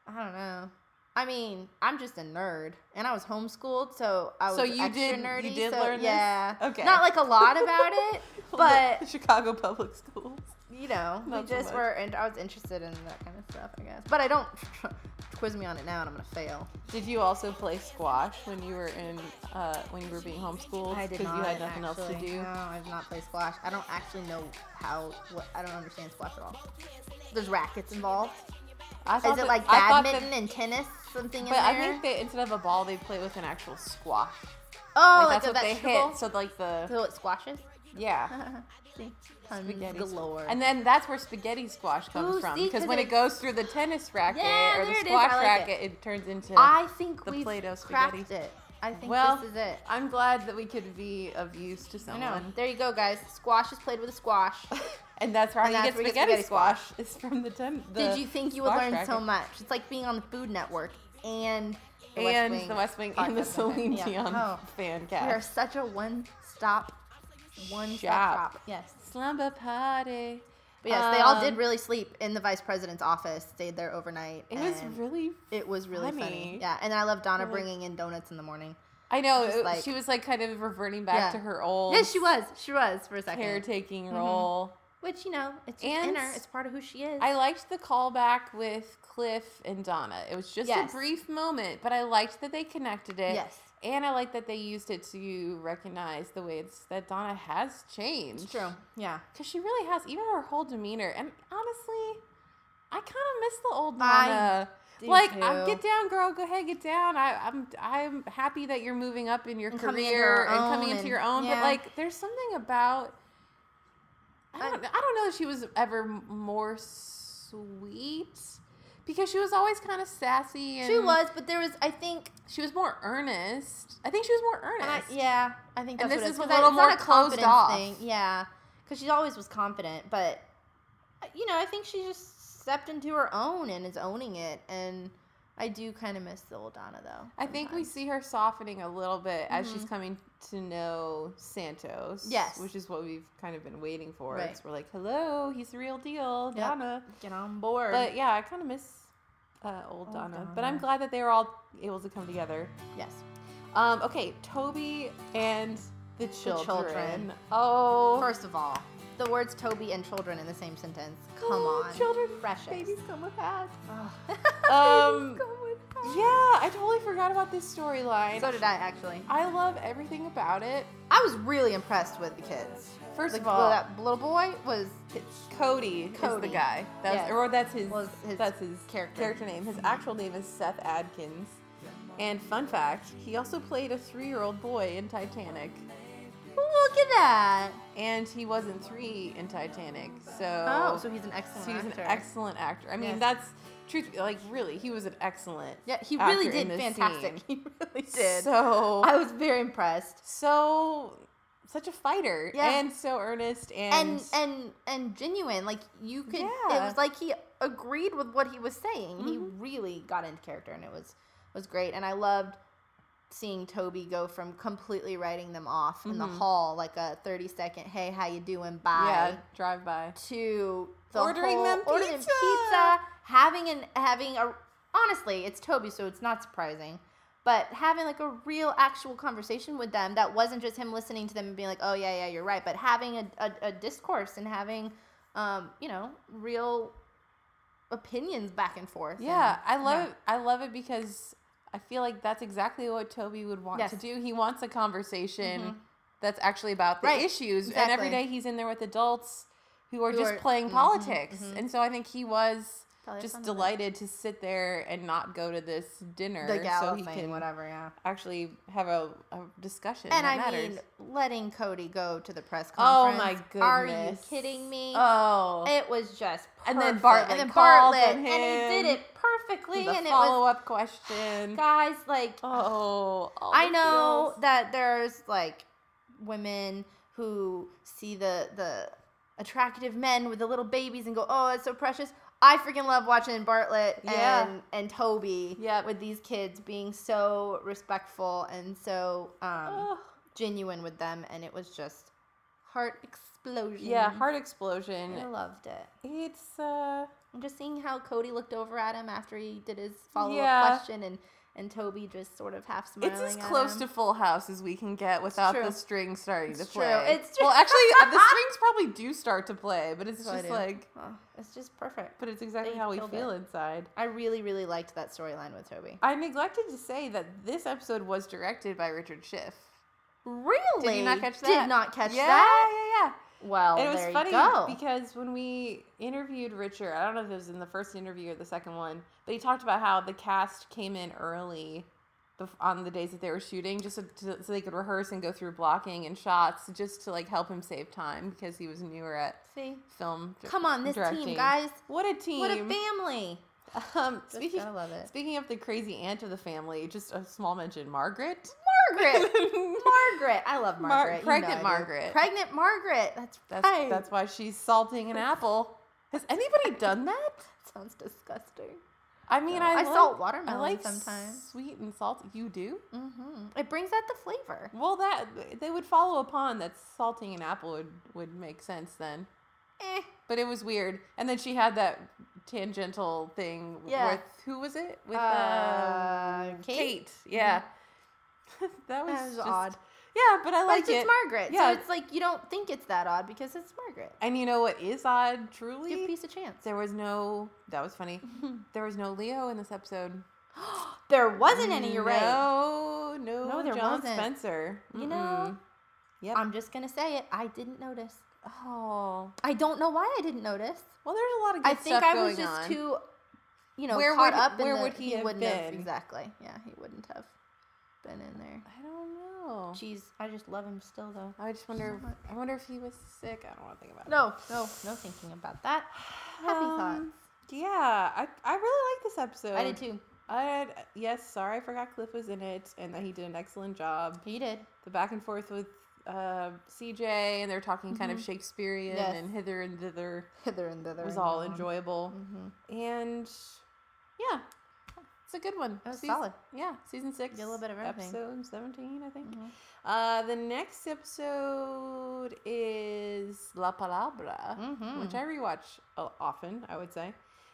Speaker 2: I don't know. I mean, I'm just a nerd, and I was homeschooled, so I was
Speaker 1: So you
Speaker 2: extra
Speaker 1: did- you
Speaker 2: nerdy.
Speaker 1: did
Speaker 2: so
Speaker 1: learn this?
Speaker 2: yeah,
Speaker 1: Okay.
Speaker 2: Not like a lot about it,
Speaker 1: The
Speaker 2: but
Speaker 1: Chicago public schools.
Speaker 2: you know, we
Speaker 1: Not so
Speaker 2: just
Speaker 1: much.
Speaker 2: were. And I was interested in that kind of stuff, I guess. But I don't quiz me on it now, and I'm gonna fail.
Speaker 1: Did you also play squash when you were in uh, when you were being homeschooled?
Speaker 2: I did
Speaker 1: you
Speaker 2: not.
Speaker 1: had nothing else to
Speaker 2: actually.
Speaker 1: do.
Speaker 2: No, I did not play squash. I don't actually know how. What I don't understand squash at all. There's rackets involved.
Speaker 1: I
Speaker 2: Is
Speaker 1: thought
Speaker 2: it
Speaker 1: that-
Speaker 2: like
Speaker 1: I thought that-
Speaker 2: badminton and tennis? Something in
Speaker 1: But
Speaker 2: there.
Speaker 1: I think they instead of a ball, they play with an actual squash.
Speaker 2: oh,
Speaker 1: Like
Speaker 2: like,
Speaker 1: that's
Speaker 2: a
Speaker 1: what they
Speaker 2: vegetable.
Speaker 1: hit. So like the
Speaker 2: so it squashes.
Speaker 1: yeah.
Speaker 2: See, puns
Speaker 1: Spaghetti squ-
Speaker 2: galore.
Speaker 1: And then that's where spaghetti squash comes
Speaker 2: Ooh,
Speaker 1: from
Speaker 2: see,
Speaker 1: because
Speaker 2: 'cause
Speaker 1: when it
Speaker 2: it-
Speaker 1: goes through the tennis racket
Speaker 2: Yeah,
Speaker 1: or the
Speaker 2: there it is. I
Speaker 1: squash
Speaker 2: like it.
Speaker 1: racket, it. turns into.
Speaker 2: I think
Speaker 1: the
Speaker 2: we've
Speaker 1: Play-Doh spaghetti.
Speaker 2: cracked it. I think
Speaker 1: Well,
Speaker 2: this is it.
Speaker 1: I'm glad that we could be of use to
Speaker 2: I
Speaker 1: someone.
Speaker 2: know. There you go, guys. Squash is played with a squash.
Speaker 1: And that's where
Speaker 2: And
Speaker 1: I
Speaker 2: that's
Speaker 1: get
Speaker 2: where you
Speaker 1: spaghetti,
Speaker 2: get spaghetti
Speaker 1: squash. It's from the ten. the
Speaker 2: Did you think you would
Speaker 1: squash
Speaker 2: learn so
Speaker 1: racket.
Speaker 2: much? It's like being on the Food Network and the
Speaker 1: and
Speaker 2: West Wing
Speaker 1: the West Wing and the
Speaker 2: podcast with it.
Speaker 1: Celine
Speaker 2: Yeah.
Speaker 1: Dion
Speaker 2: Oh.
Speaker 1: fan
Speaker 2: We are
Speaker 1: cast.
Speaker 2: such a one-stop,
Speaker 1: Shop.
Speaker 2: one-stop shop. Yes.
Speaker 1: Slumber party.
Speaker 2: But yes, they all
Speaker 1: Um,
Speaker 2: did really sleep in the vice president's office. Stayed there overnight.
Speaker 1: It was
Speaker 2: and
Speaker 1: really.
Speaker 2: It was really funny.
Speaker 1: funny.
Speaker 2: Yeah, and I love Donna
Speaker 1: Really-
Speaker 2: bringing in donuts in the morning.
Speaker 1: I know
Speaker 2: just
Speaker 1: it-
Speaker 2: like-
Speaker 1: she was like kind of reverting back
Speaker 2: Yeah.
Speaker 1: to her old
Speaker 2: Yes, she was. She was for a second.
Speaker 1: caretaking
Speaker 2: Mhm.
Speaker 1: role.
Speaker 2: Which you know, it's just
Speaker 1: And-
Speaker 2: in her. It's part of who she is.
Speaker 1: I liked the callback with Cliff and Donna. It was just
Speaker 2: Yes.
Speaker 1: a brief moment, but I liked that they connected it.
Speaker 2: yes,
Speaker 1: And I liked that they used it to recognize the ways that Donna has changed.
Speaker 2: it's true. Yeah.
Speaker 1: Because she really has, even her whole demeanor. And honestly, I kind of miss the old
Speaker 2: I
Speaker 1: Donna.
Speaker 2: do
Speaker 1: like, I,
Speaker 2: too.
Speaker 1: get down, girl. Go ahead, get down. I, I'm, I'm happy that you're moving up in your
Speaker 2: And
Speaker 1: career
Speaker 2: coming into her
Speaker 1: and coming
Speaker 2: own
Speaker 1: into
Speaker 2: and-
Speaker 1: your own. But
Speaker 2: yeah.
Speaker 1: like, there's something about. I
Speaker 2: I-
Speaker 1: don't, I don't know that she was ever m- more sweet because she was always kind of sassy and
Speaker 2: She was, but there was. I think.
Speaker 1: she was more earnest. I think she was more
Speaker 2: And I,
Speaker 1: earnest.
Speaker 2: yeah, I think that's
Speaker 1: And
Speaker 2: what
Speaker 1: this
Speaker 2: it
Speaker 1: is a
Speaker 2: 'cause I-
Speaker 1: little
Speaker 2: it's not
Speaker 1: more closed
Speaker 2: confidence
Speaker 1: off.
Speaker 2: Yeah, because she always was confident, but uh, you know, I think she just stepped into her own and is owning it. And I do kind of miss the old Donna though.
Speaker 1: I think we
Speaker 2: sometimes. Mm-hmm.
Speaker 1: see her softening a little bit as she's coming to know Santos.
Speaker 2: Yes.
Speaker 1: Which is what we've kind of been waiting for.
Speaker 2: Right.
Speaker 1: It's- We're like, hello, he's the real deal,
Speaker 2: Yep.
Speaker 1: Donna.
Speaker 2: get on board.
Speaker 1: But yeah, I kind of miss uh, old
Speaker 2: Old
Speaker 1: Donna. But I'm
Speaker 2: Donna.
Speaker 1: glad that they were all able to come together.
Speaker 2: yes,
Speaker 1: Um, okay, Toby and the children.
Speaker 2: children.
Speaker 1: Oh,
Speaker 2: first of all, the words Toby and children in the same sentence. Come
Speaker 1: oh,
Speaker 2: on,
Speaker 1: Children,
Speaker 2: precious.
Speaker 1: babies come with hats.
Speaker 2: Ugh.
Speaker 1: Um,
Speaker 2: Going home.
Speaker 1: yeah, I totally forgot about this storyline.
Speaker 2: So did I actually.
Speaker 1: I love everything about it.
Speaker 2: I was really impressed with the kids.
Speaker 1: First
Speaker 2: Like,
Speaker 1: of all,
Speaker 2: that little boy was
Speaker 1: Cody, is
Speaker 2: Cody.
Speaker 1: the guy. That's
Speaker 2: Yes.
Speaker 1: or that's his,
Speaker 2: Was his
Speaker 1: that's his
Speaker 2: character.
Speaker 1: character name. His actual name is Seth Adkins. And fun fact, he also played a three-year-old boy in Titanic,
Speaker 2: Look at that.
Speaker 1: and he wasn't three in Titanic. So,
Speaker 2: Oh, so he's an excellent
Speaker 1: so he's an
Speaker 2: actor.
Speaker 1: excellent actor. I mean,
Speaker 2: Yes.
Speaker 1: that's truth. Like, really, he was an excellent.
Speaker 2: yeah, he
Speaker 1: actor
Speaker 2: really
Speaker 1: in
Speaker 2: did
Speaker 1: this
Speaker 2: fantastic.
Speaker 1: scene.
Speaker 2: He really did.
Speaker 1: So
Speaker 2: I was very impressed.
Speaker 1: so such a fighter
Speaker 2: Yeah.
Speaker 1: and so earnest and
Speaker 2: And and and genuine, like you could. It
Speaker 1: Yeah.
Speaker 2: was like he agreed with what he was saying. He
Speaker 1: Mhm.
Speaker 2: really got into character, and it was was great. And I loved seeing Toby go from completely writing them off in the
Speaker 1: Mhm.
Speaker 2: hall, like a thirty second, "Hey, how you doing?" Bye.
Speaker 1: yeah, drive by.
Speaker 2: to the
Speaker 1: Ordering
Speaker 2: whole-
Speaker 1: them
Speaker 2: ordering
Speaker 1: pizza.
Speaker 2: pizza, having an having a honestly, it's Toby, so it's not surprising. But having like a real actual conversation with them that wasn't just him listening to them and being like, oh yeah, yeah, you're right, but having a, a, a discourse and having, um, you know, real opinions back and forth.
Speaker 1: Yeah, I
Speaker 2: and-
Speaker 1: love it. I love it because I feel like that's exactly what Toby would want to
Speaker 2: Yes. Mm-hmm.
Speaker 1: do. He wants a conversation that's actually about the
Speaker 2: Right,
Speaker 1: issues, and every
Speaker 2: exactly.
Speaker 1: day he's in there with adults who are
Speaker 2: Who
Speaker 1: just
Speaker 2: are-
Speaker 1: playing
Speaker 2: mhm,
Speaker 1: politics.
Speaker 2: mhm.
Speaker 1: And so I think he was
Speaker 2: Probably
Speaker 1: just
Speaker 2: fun with it.
Speaker 1: delighted to sit there and not go to this dinner,
Speaker 2: The gala
Speaker 1: so he
Speaker 2: thing,
Speaker 1: can
Speaker 2: whatever, yeah.
Speaker 1: actually have a, a discussion.
Speaker 2: And
Speaker 1: that
Speaker 2: I
Speaker 1: matters.
Speaker 2: mean, letting Cody go to the press
Speaker 1: oh
Speaker 2: conference.
Speaker 1: my goodness,
Speaker 2: Are you kidding me?
Speaker 1: Oh,
Speaker 2: It was just perfect.
Speaker 1: And then Bartlett
Speaker 2: and then
Speaker 1: called
Speaker 2: Bartlett,
Speaker 1: on
Speaker 2: and he
Speaker 1: him.
Speaker 2: did it perfectly,
Speaker 1: the
Speaker 2: and it was
Speaker 1: follow-up question.
Speaker 2: guys like
Speaker 1: Oh, all
Speaker 2: I
Speaker 1: the
Speaker 2: know
Speaker 1: feels.
Speaker 2: that there's like women who see the the attractive men with the little babies and go, oh, it's so precious. I freaking love watching Bartlett
Speaker 1: Yeah.
Speaker 2: and and Toby
Speaker 1: Yep.
Speaker 2: with these kids being so respectful and so um,
Speaker 1: Ugh.
Speaker 2: genuine with them, and it was just heart explosion.
Speaker 1: yeah, heart
Speaker 2: I
Speaker 1: explosion.
Speaker 2: loved it.
Speaker 1: It's uh,
Speaker 2: And just seeing how Cody looked over at him after he did his follow up
Speaker 1: Yeah.
Speaker 2: question and and Toby just sort of half smiling.
Speaker 1: it's as
Speaker 2: at
Speaker 1: close to
Speaker 2: him.
Speaker 1: Full House as we can get without
Speaker 2: true.
Speaker 1: the strings starting
Speaker 2: It's
Speaker 1: to
Speaker 2: true.
Speaker 1: play.
Speaker 2: It's true.
Speaker 1: Well, actually, the strings probably do start to play, but it's
Speaker 2: Sure
Speaker 1: just
Speaker 2: do.
Speaker 1: like,
Speaker 2: Oh, it's just perfect.
Speaker 1: but it's exactly
Speaker 2: They
Speaker 1: how we
Speaker 2: killed
Speaker 1: feel
Speaker 2: it.
Speaker 1: inside.
Speaker 2: I really really liked that storyline with Toby.
Speaker 1: I neglected to say that this episode was directed by Richard Schiff.
Speaker 2: Really?
Speaker 1: catch
Speaker 2: Did
Speaker 1: that?
Speaker 2: not catch
Speaker 1: yeah,
Speaker 2: that.
Speaker 1: yeah, yeah.
Speaker 2: Well,
Speaker 1: And it was
Speaker 2: Oh, there
Speaker 1: funny
Speaker 2: you go.
Speaker 1: because when we interviewed Richard, I don't know if it was in the first interview or the second one, but he talked about how the cast came in early bef- on the days that they were shooting just so, to, so they could rehearse and go through blocking and shots just to like help him save time because he was newer at
Speaker 2: See,
Speaker 1: film dir-
Speaker 2: come on, this
Speaker 1: directing.
Speaker 2: team, guys.
Speaker 1: What a team.
Speaker 2: What a family.
Speaker 1: um,
Speaker 2: Just
Speaker 1: speaking,
Speaker 2: gotta love it.
Speaker 1: speaking of the crazy aunt of the family, just a small mention, Margaret.
Speaker 2: Margaret. Margaret. I love
Speaker 1: Mar-
Speaker 2: Margaret. You know
Speaker 1: pregnant
Speaker 2: I do.
Speaker 1: Margaret.
Speaker 2: Pregnant Margaret. That's
Speaker 1: that's,
Speaker 2: right.
Speaker 1: that's why she's salting an apple. Has anybody done that?
Speaker 2: sounds disgusting.
Speaker 1: I mean,
Speaker 2: No,
Speaker 1: I,
Speaker 2: I
Speaker 1: like,
Speaker 2: salt watermelon
Speaker 1: I like
Speaker 2: sometimes.
Speaker 1: Sweet and salty. You do?
Speaker 2: hmm It brings out the flavor.
Speaker 1: Well, that they would follow upon that salting an apple would would make sense then.
Speaker 2: Eh.
Speaker 1: But it was weird. And then she had that tangential thing
Speaker 2: Yeah.
Speaker 1: with who was it? With
Speaker 2: Uh,
Speaker 1: um,
Speaker 2: Kate?
Speaker 1: Yeah. that was,
Speaker 2: That was
Speaker 1: just-
Speaker 2: odd.
Speaker 1: Yeah, but I
Speaker 2: But
Speaker 1: like
Speaker 2: it's
Speaker 1: it.
Speaker 2: just Margaret.
Speaker 1: Yeah.
Speaker 2: So it's like you don't think it's that odd because it's Margaret.
Speaker 1: and you know what is odd?
Speaker 2: Give
Speaker 1: Truly,
Speaker 2: peace a chance.
Speaker 1: there was no. That was funny. There was no Leo in this episode.
Speaker 2: there wasn't any, you're right.
Speaker 1: No, no,
Speaker 2: No, there
Speaker 1: John
Speaker 2: wasn't.
Speaker 1: Spencer.
Speaker 2: You know,
Speaker 1: Mm-mm. Yep.
Speaker 2: I'm just gonna say it. I didn't notice.
Speaker 1: Oh.
Speaker 2: I don't know why I didn't notice.
Speaker 1: Well, there's a lot of good
Speaker 2: I think
Speaker 1: stuff
Speaker 2: I
Speaker 1: going
Speaker 2: was just
Speaker 1: on.
Speaker 2: too, you know,
Speaker 1: Where
Speaker 2: caught
Speaker 1: would-
Speaker 2: up. in
Speaker 1: where
Speaker 2: the-
Speaker 1: would he have
Speaker 2: wouldn't
Speaker 1: been?
Speaker 2: exactly. Yeah, he wouldn't have been in there.
Speaker 1: I don't know.
Speaker 2: Jeez, I just love him still though.
Speaker 1: I just wonder. If, I wonder if he was sick. I don't want to think about it.
Speaker 2: No, no, no thinking about that. Happy
Speaker 1: Um, Yeah, I, I really like this episode.
Speaker 2: thoughts. I did too.
Speaker 1: I yes, sorry, I forgot Cliff was in it and that he did an excellent job.
Speaker 2: He did.
Speaker 1: The back and forth with uh, CJ and they're talking kind of Shakespearean
Speaker 2: Mm-hmm. Yes.
Speaker 1: and hither and thither
Speaker 2: Hither and thither.
Speaker 1: was
Speaker 2: and
Speaker 1: all
Speaker 2: yon.
Speaker 1: enjoyable.
Speaker 2: Mhm.
Speaker 1: And yeah, it's a good one.
Speaker 2: That was
Speaker 1: Season-
Speaker 2: solid.
Speaker 1: Yeah, season six.
Speaker 2: Did a little bit of everything.
Speaker 1: Episode 17, I think.
Speaker 2: Mhm.
Speaker 1: Uh, the next episode is La Palabra, which
Speaker 2: Mhm.
Speaker 1: I rewatch o- often, I would say.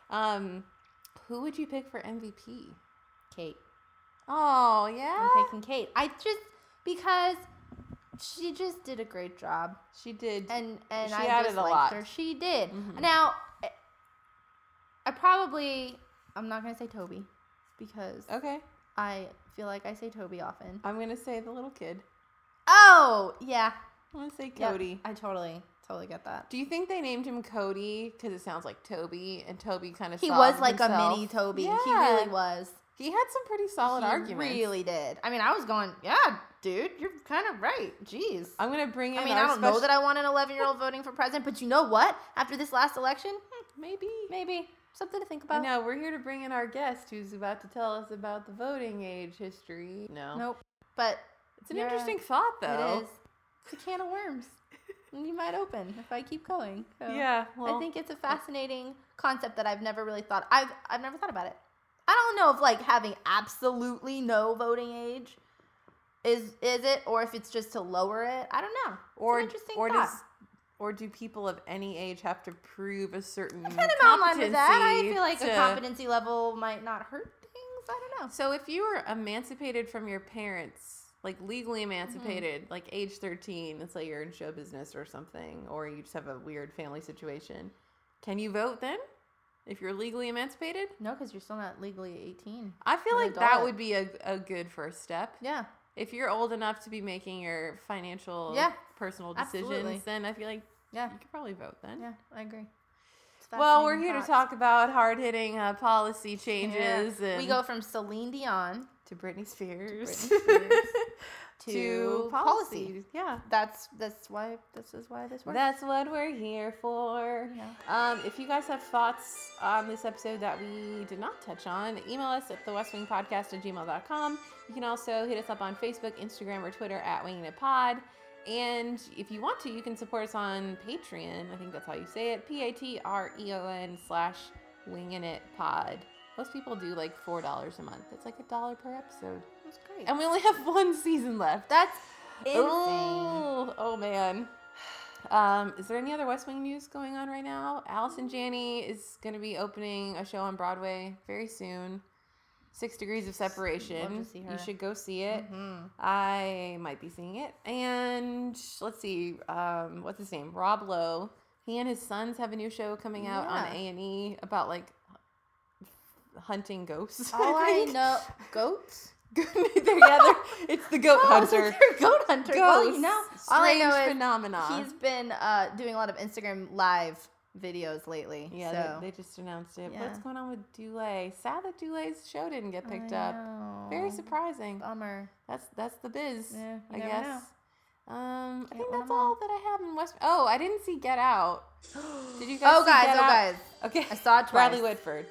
Speaker 1: Um, who would you pick for MVP?
Speaker 2: Kate.
Speaker 1: Oh, yeah.
Speaker 2: I'm taking Kate. I just because she just did a great job,
Speaker 1: she did.
Speaker 2: and and
Speaker 1: She
Speaker 2: I
Speaker 1: added
Speaker 2: just
Speaker 1: a
Speaker 2: liked
Speaker 1: lot.
Speaker 2: her. She did.
Speaker 1: Mhm.
Speaker 2: Now, I- I probably I'm not gonna say Toby because
Speaker 1: Okay.
Speaker 2: I feel like I say Toby often.
Speaker 1: I'm gonna say the little kid.
Speaker 2: Oh yeah,
Speaker 1: I'm gonna say
Speaker 2: Yep.
Speaker 1: Cody.
Speaker 2: I totally totally get that.
Speaker 1: Do you think they named him Cody because it sounds like Toby, and Toby kind of
Speaker 2: He was like a
Speaker 1: himself?
Speaker 2: mini Toby. He
Speaker 1: Yeah.
Speaker 2: really was.
Speaker 1: He had some pretty solid
Speaker 2: he
Speaker 1: arguments.
Speaker 2: Really did. I mean, I was going, yeah, dude, you're kind of right. Jeez.
Speaker 1: I'm gonna bring in.
Speaker 2: I mean,
Speaker 1: our
Speaker 2: I don't know
Speaker 1: special-
Speaker 2: that I want an 11 year old voting for president, but you know what? After this last election, hmm,
Speaker 1: Maybe.
Speaker 2: maybe something to think
Speaker 1: I
Speaker 2: about.
Speaker 1: know we're here to bring in our guest who's about to tell us about the voting age history. No,
Speaker 2: Nope. But
Speaker 1: it's an
Speaker 2: Yeah.
Speaker 1: interesting thought though.
Speaker 2: it is. It's a can of worms. and you might open if I keep going. So,
Speaker 1: Yeah, well,
Speaker 2: I think it's a fascinating concept that I've never really thought. I've I've never thought about it. I don't know if like having absolutely no voting age is is it, or if it's just to lower it. I don't know.
Speaker 1: or
Speaker 2: it's an interesting
Speaker 1: or
Speaker 2: thought.
Speaker 1: does or do people of any age have to prove a certain
Speaker 2: kind of online with that. I
Speaker 1: Hmm, competency
Speaker 2: feel like a
Speaker 1: to-
Speaker 2: competency level might not hurt things. I don't know.
Speaker 1: So if you were emancipated from your parents, like legally emancipated, like age 13, let's say you're in show business or something, or you just have a weird family situation, can you vote then? If you're legally emancipated?
Speaker 2: No, because you're still not legally 18.
Speaker 1: I feel
Speaker 2: An
Speaker 1: like that
Speaker 2: adult.
Speaker 1: would be a, a good first step.
Speaker 2: Yeah.
Speaker 1: If you're old enough to be making your financial,
Speaker 2: Yeah,
Speaker 1: personal decisions,
Speaker 2: absolutely.
Speaker 1: then I feel like
Speaker 2: Yeah.
Speaker 1: you could probably vote then.
Speaker 2: Yeah. I agree. It's
Speaker 1: Well, we're
Speaker 2: fascinating
Speaker 1: here to
Speaker 2: thoughts.
Speaker 1: talk about hard hitting uh, policy
Speaker 2: Yeah.
Speaker 1: changes and
Speaker 2: We go from Celine Dion
Speaker 1: to Britney Spears.
Speaker 2: Spears. to,
Speaker 1: to
Speaker 2: policy.
Speaker 1: policies. Yeah.
Speaker 2: That's that's why this is why this works.
Speaker 1: That's what we're here for.
Speaker 2: Yeah.
Speaker 1: Um, if you guys have thoughts on this episode that we did not touch on, email us at the West Wing Podcast at gmail.com. You can also hit us up on Facebook, Instagram, or Twitter at Winging It Pod. And if you want to, you can support us on Patreon. I think that's how you say it. P A T R E O N slash Winging It Pod. Most people do like $4 a month. It's like a dollar per episode.
Speaker 2: That's great.
Speaker 1: And we only have one season left.
Speaker 2: that's insane.
Speaker 1: Oh, oh man. Um, is there any other West Wing news going on right now? Allison Janney is going to be opening a show on Broadway very soon. Six Degrees of Separation.
Speaker 2: see her.
Speaker 1: You should go see it.
Speaker 2: Mhm.
Speaker 1: I might be seeing it. And let's see, um, what's his name? Rob Lowe. He and his sons have a new show coming out on
Speaker 2: Yeah.
Speaker 1: A and E about like hunting ghosts.
Speaker 2: All Oh, I
Speaker 1: think.
Speaker 2: know goats.
Speaker 1: They're- yeah, they're- it's the goat
Speaker 2: Oh, so
Speaker 1: hunter.
Speaker 2: they're goat hunter. Well, you know,
Speaker 1: Strange
Speaker 2: all I know is
Speaker 1: phenomena.
Speaker 2: He's been uh, doing a lot of Instagram live videos lately.
Speaker 1: yeah,
Speaker 2: so.
Speaker 1: they, they just announced it.
Speaker 2: Yeah.
Speaker 1: What's going on with Dulé? Sad that Dulé's show didn't get picked
Speaker 2: I
Speaker 1: up. Very
Speaker 2: know.
Speaker 1: surprising.
Speaker 2: Bummer.
Speaker 1: That's that's the biz,
Speaker 2: Yeah, you
Speaker 1: I
Speaker 2: never
Speaker 1: guess. Um, I
Speaker 2: Can't
Speaker 1: think
Speaker 2: win
Speaker 1: that's
Speaker 2: 'em all.
Speaker 1: all that I have in West. Oh, I didn't see Get Out. Did you guys?
Speaker 2: Oh
Speaker 1: see
Speaker 2: guys,
Speaker 1: Get
Speaker 2: oh
Speaker 1: Out?
Speaker 2: guys.
Speaker 1: Okay,
Speaker 2: I saw it twice.
Speaker 1: Bradley Whitford.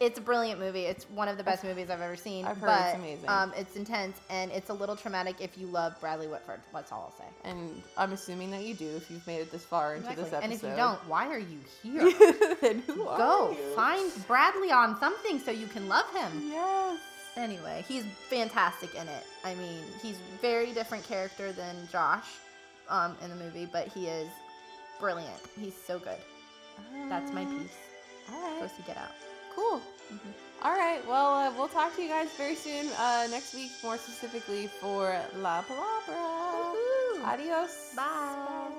Speaker 2: It's a brilliant movie. It's one of the best movies I've ever seen.
Speaker 1: I've heard
Speaker 2: but,
Speaker 1: it's amazing.
Speaker 2: Um, it's intense and it's a little traumatic if you love Bradley Whitford. That's all I'll say.
Speaker 1: And I'm assuming that you do if you've made it this far into this episode.
Speaker 2: And if you don't, why are you here?
Speaker 1: don't, then who are
Speaker 2: Go
Speaker 1: you?
Speaker 2: find Bradley on something so you can love him.
Speaker 1: Yes.
Speaker 2: Anyway, he's fantastic in it. I mean, he's very different character than Josh um, in the movie, but he is brilliant. He's so good. That's my
Speaker 1: Um,
Speaker 2: piece.
Speaker 1: All
Speaker 2: Go
Speaker 1: right.
Speaker 2: see Get Out.
Speaker 1: Cool.
Speaker 2: Mhm.
Speaker 1: All right. Well, uh, we'll talk to you guys very soon uh, next week, more specifically for La Palabra.
Speaker 2: Woohoo.
Speaker 1: Adios.
Speaker 2: Bye.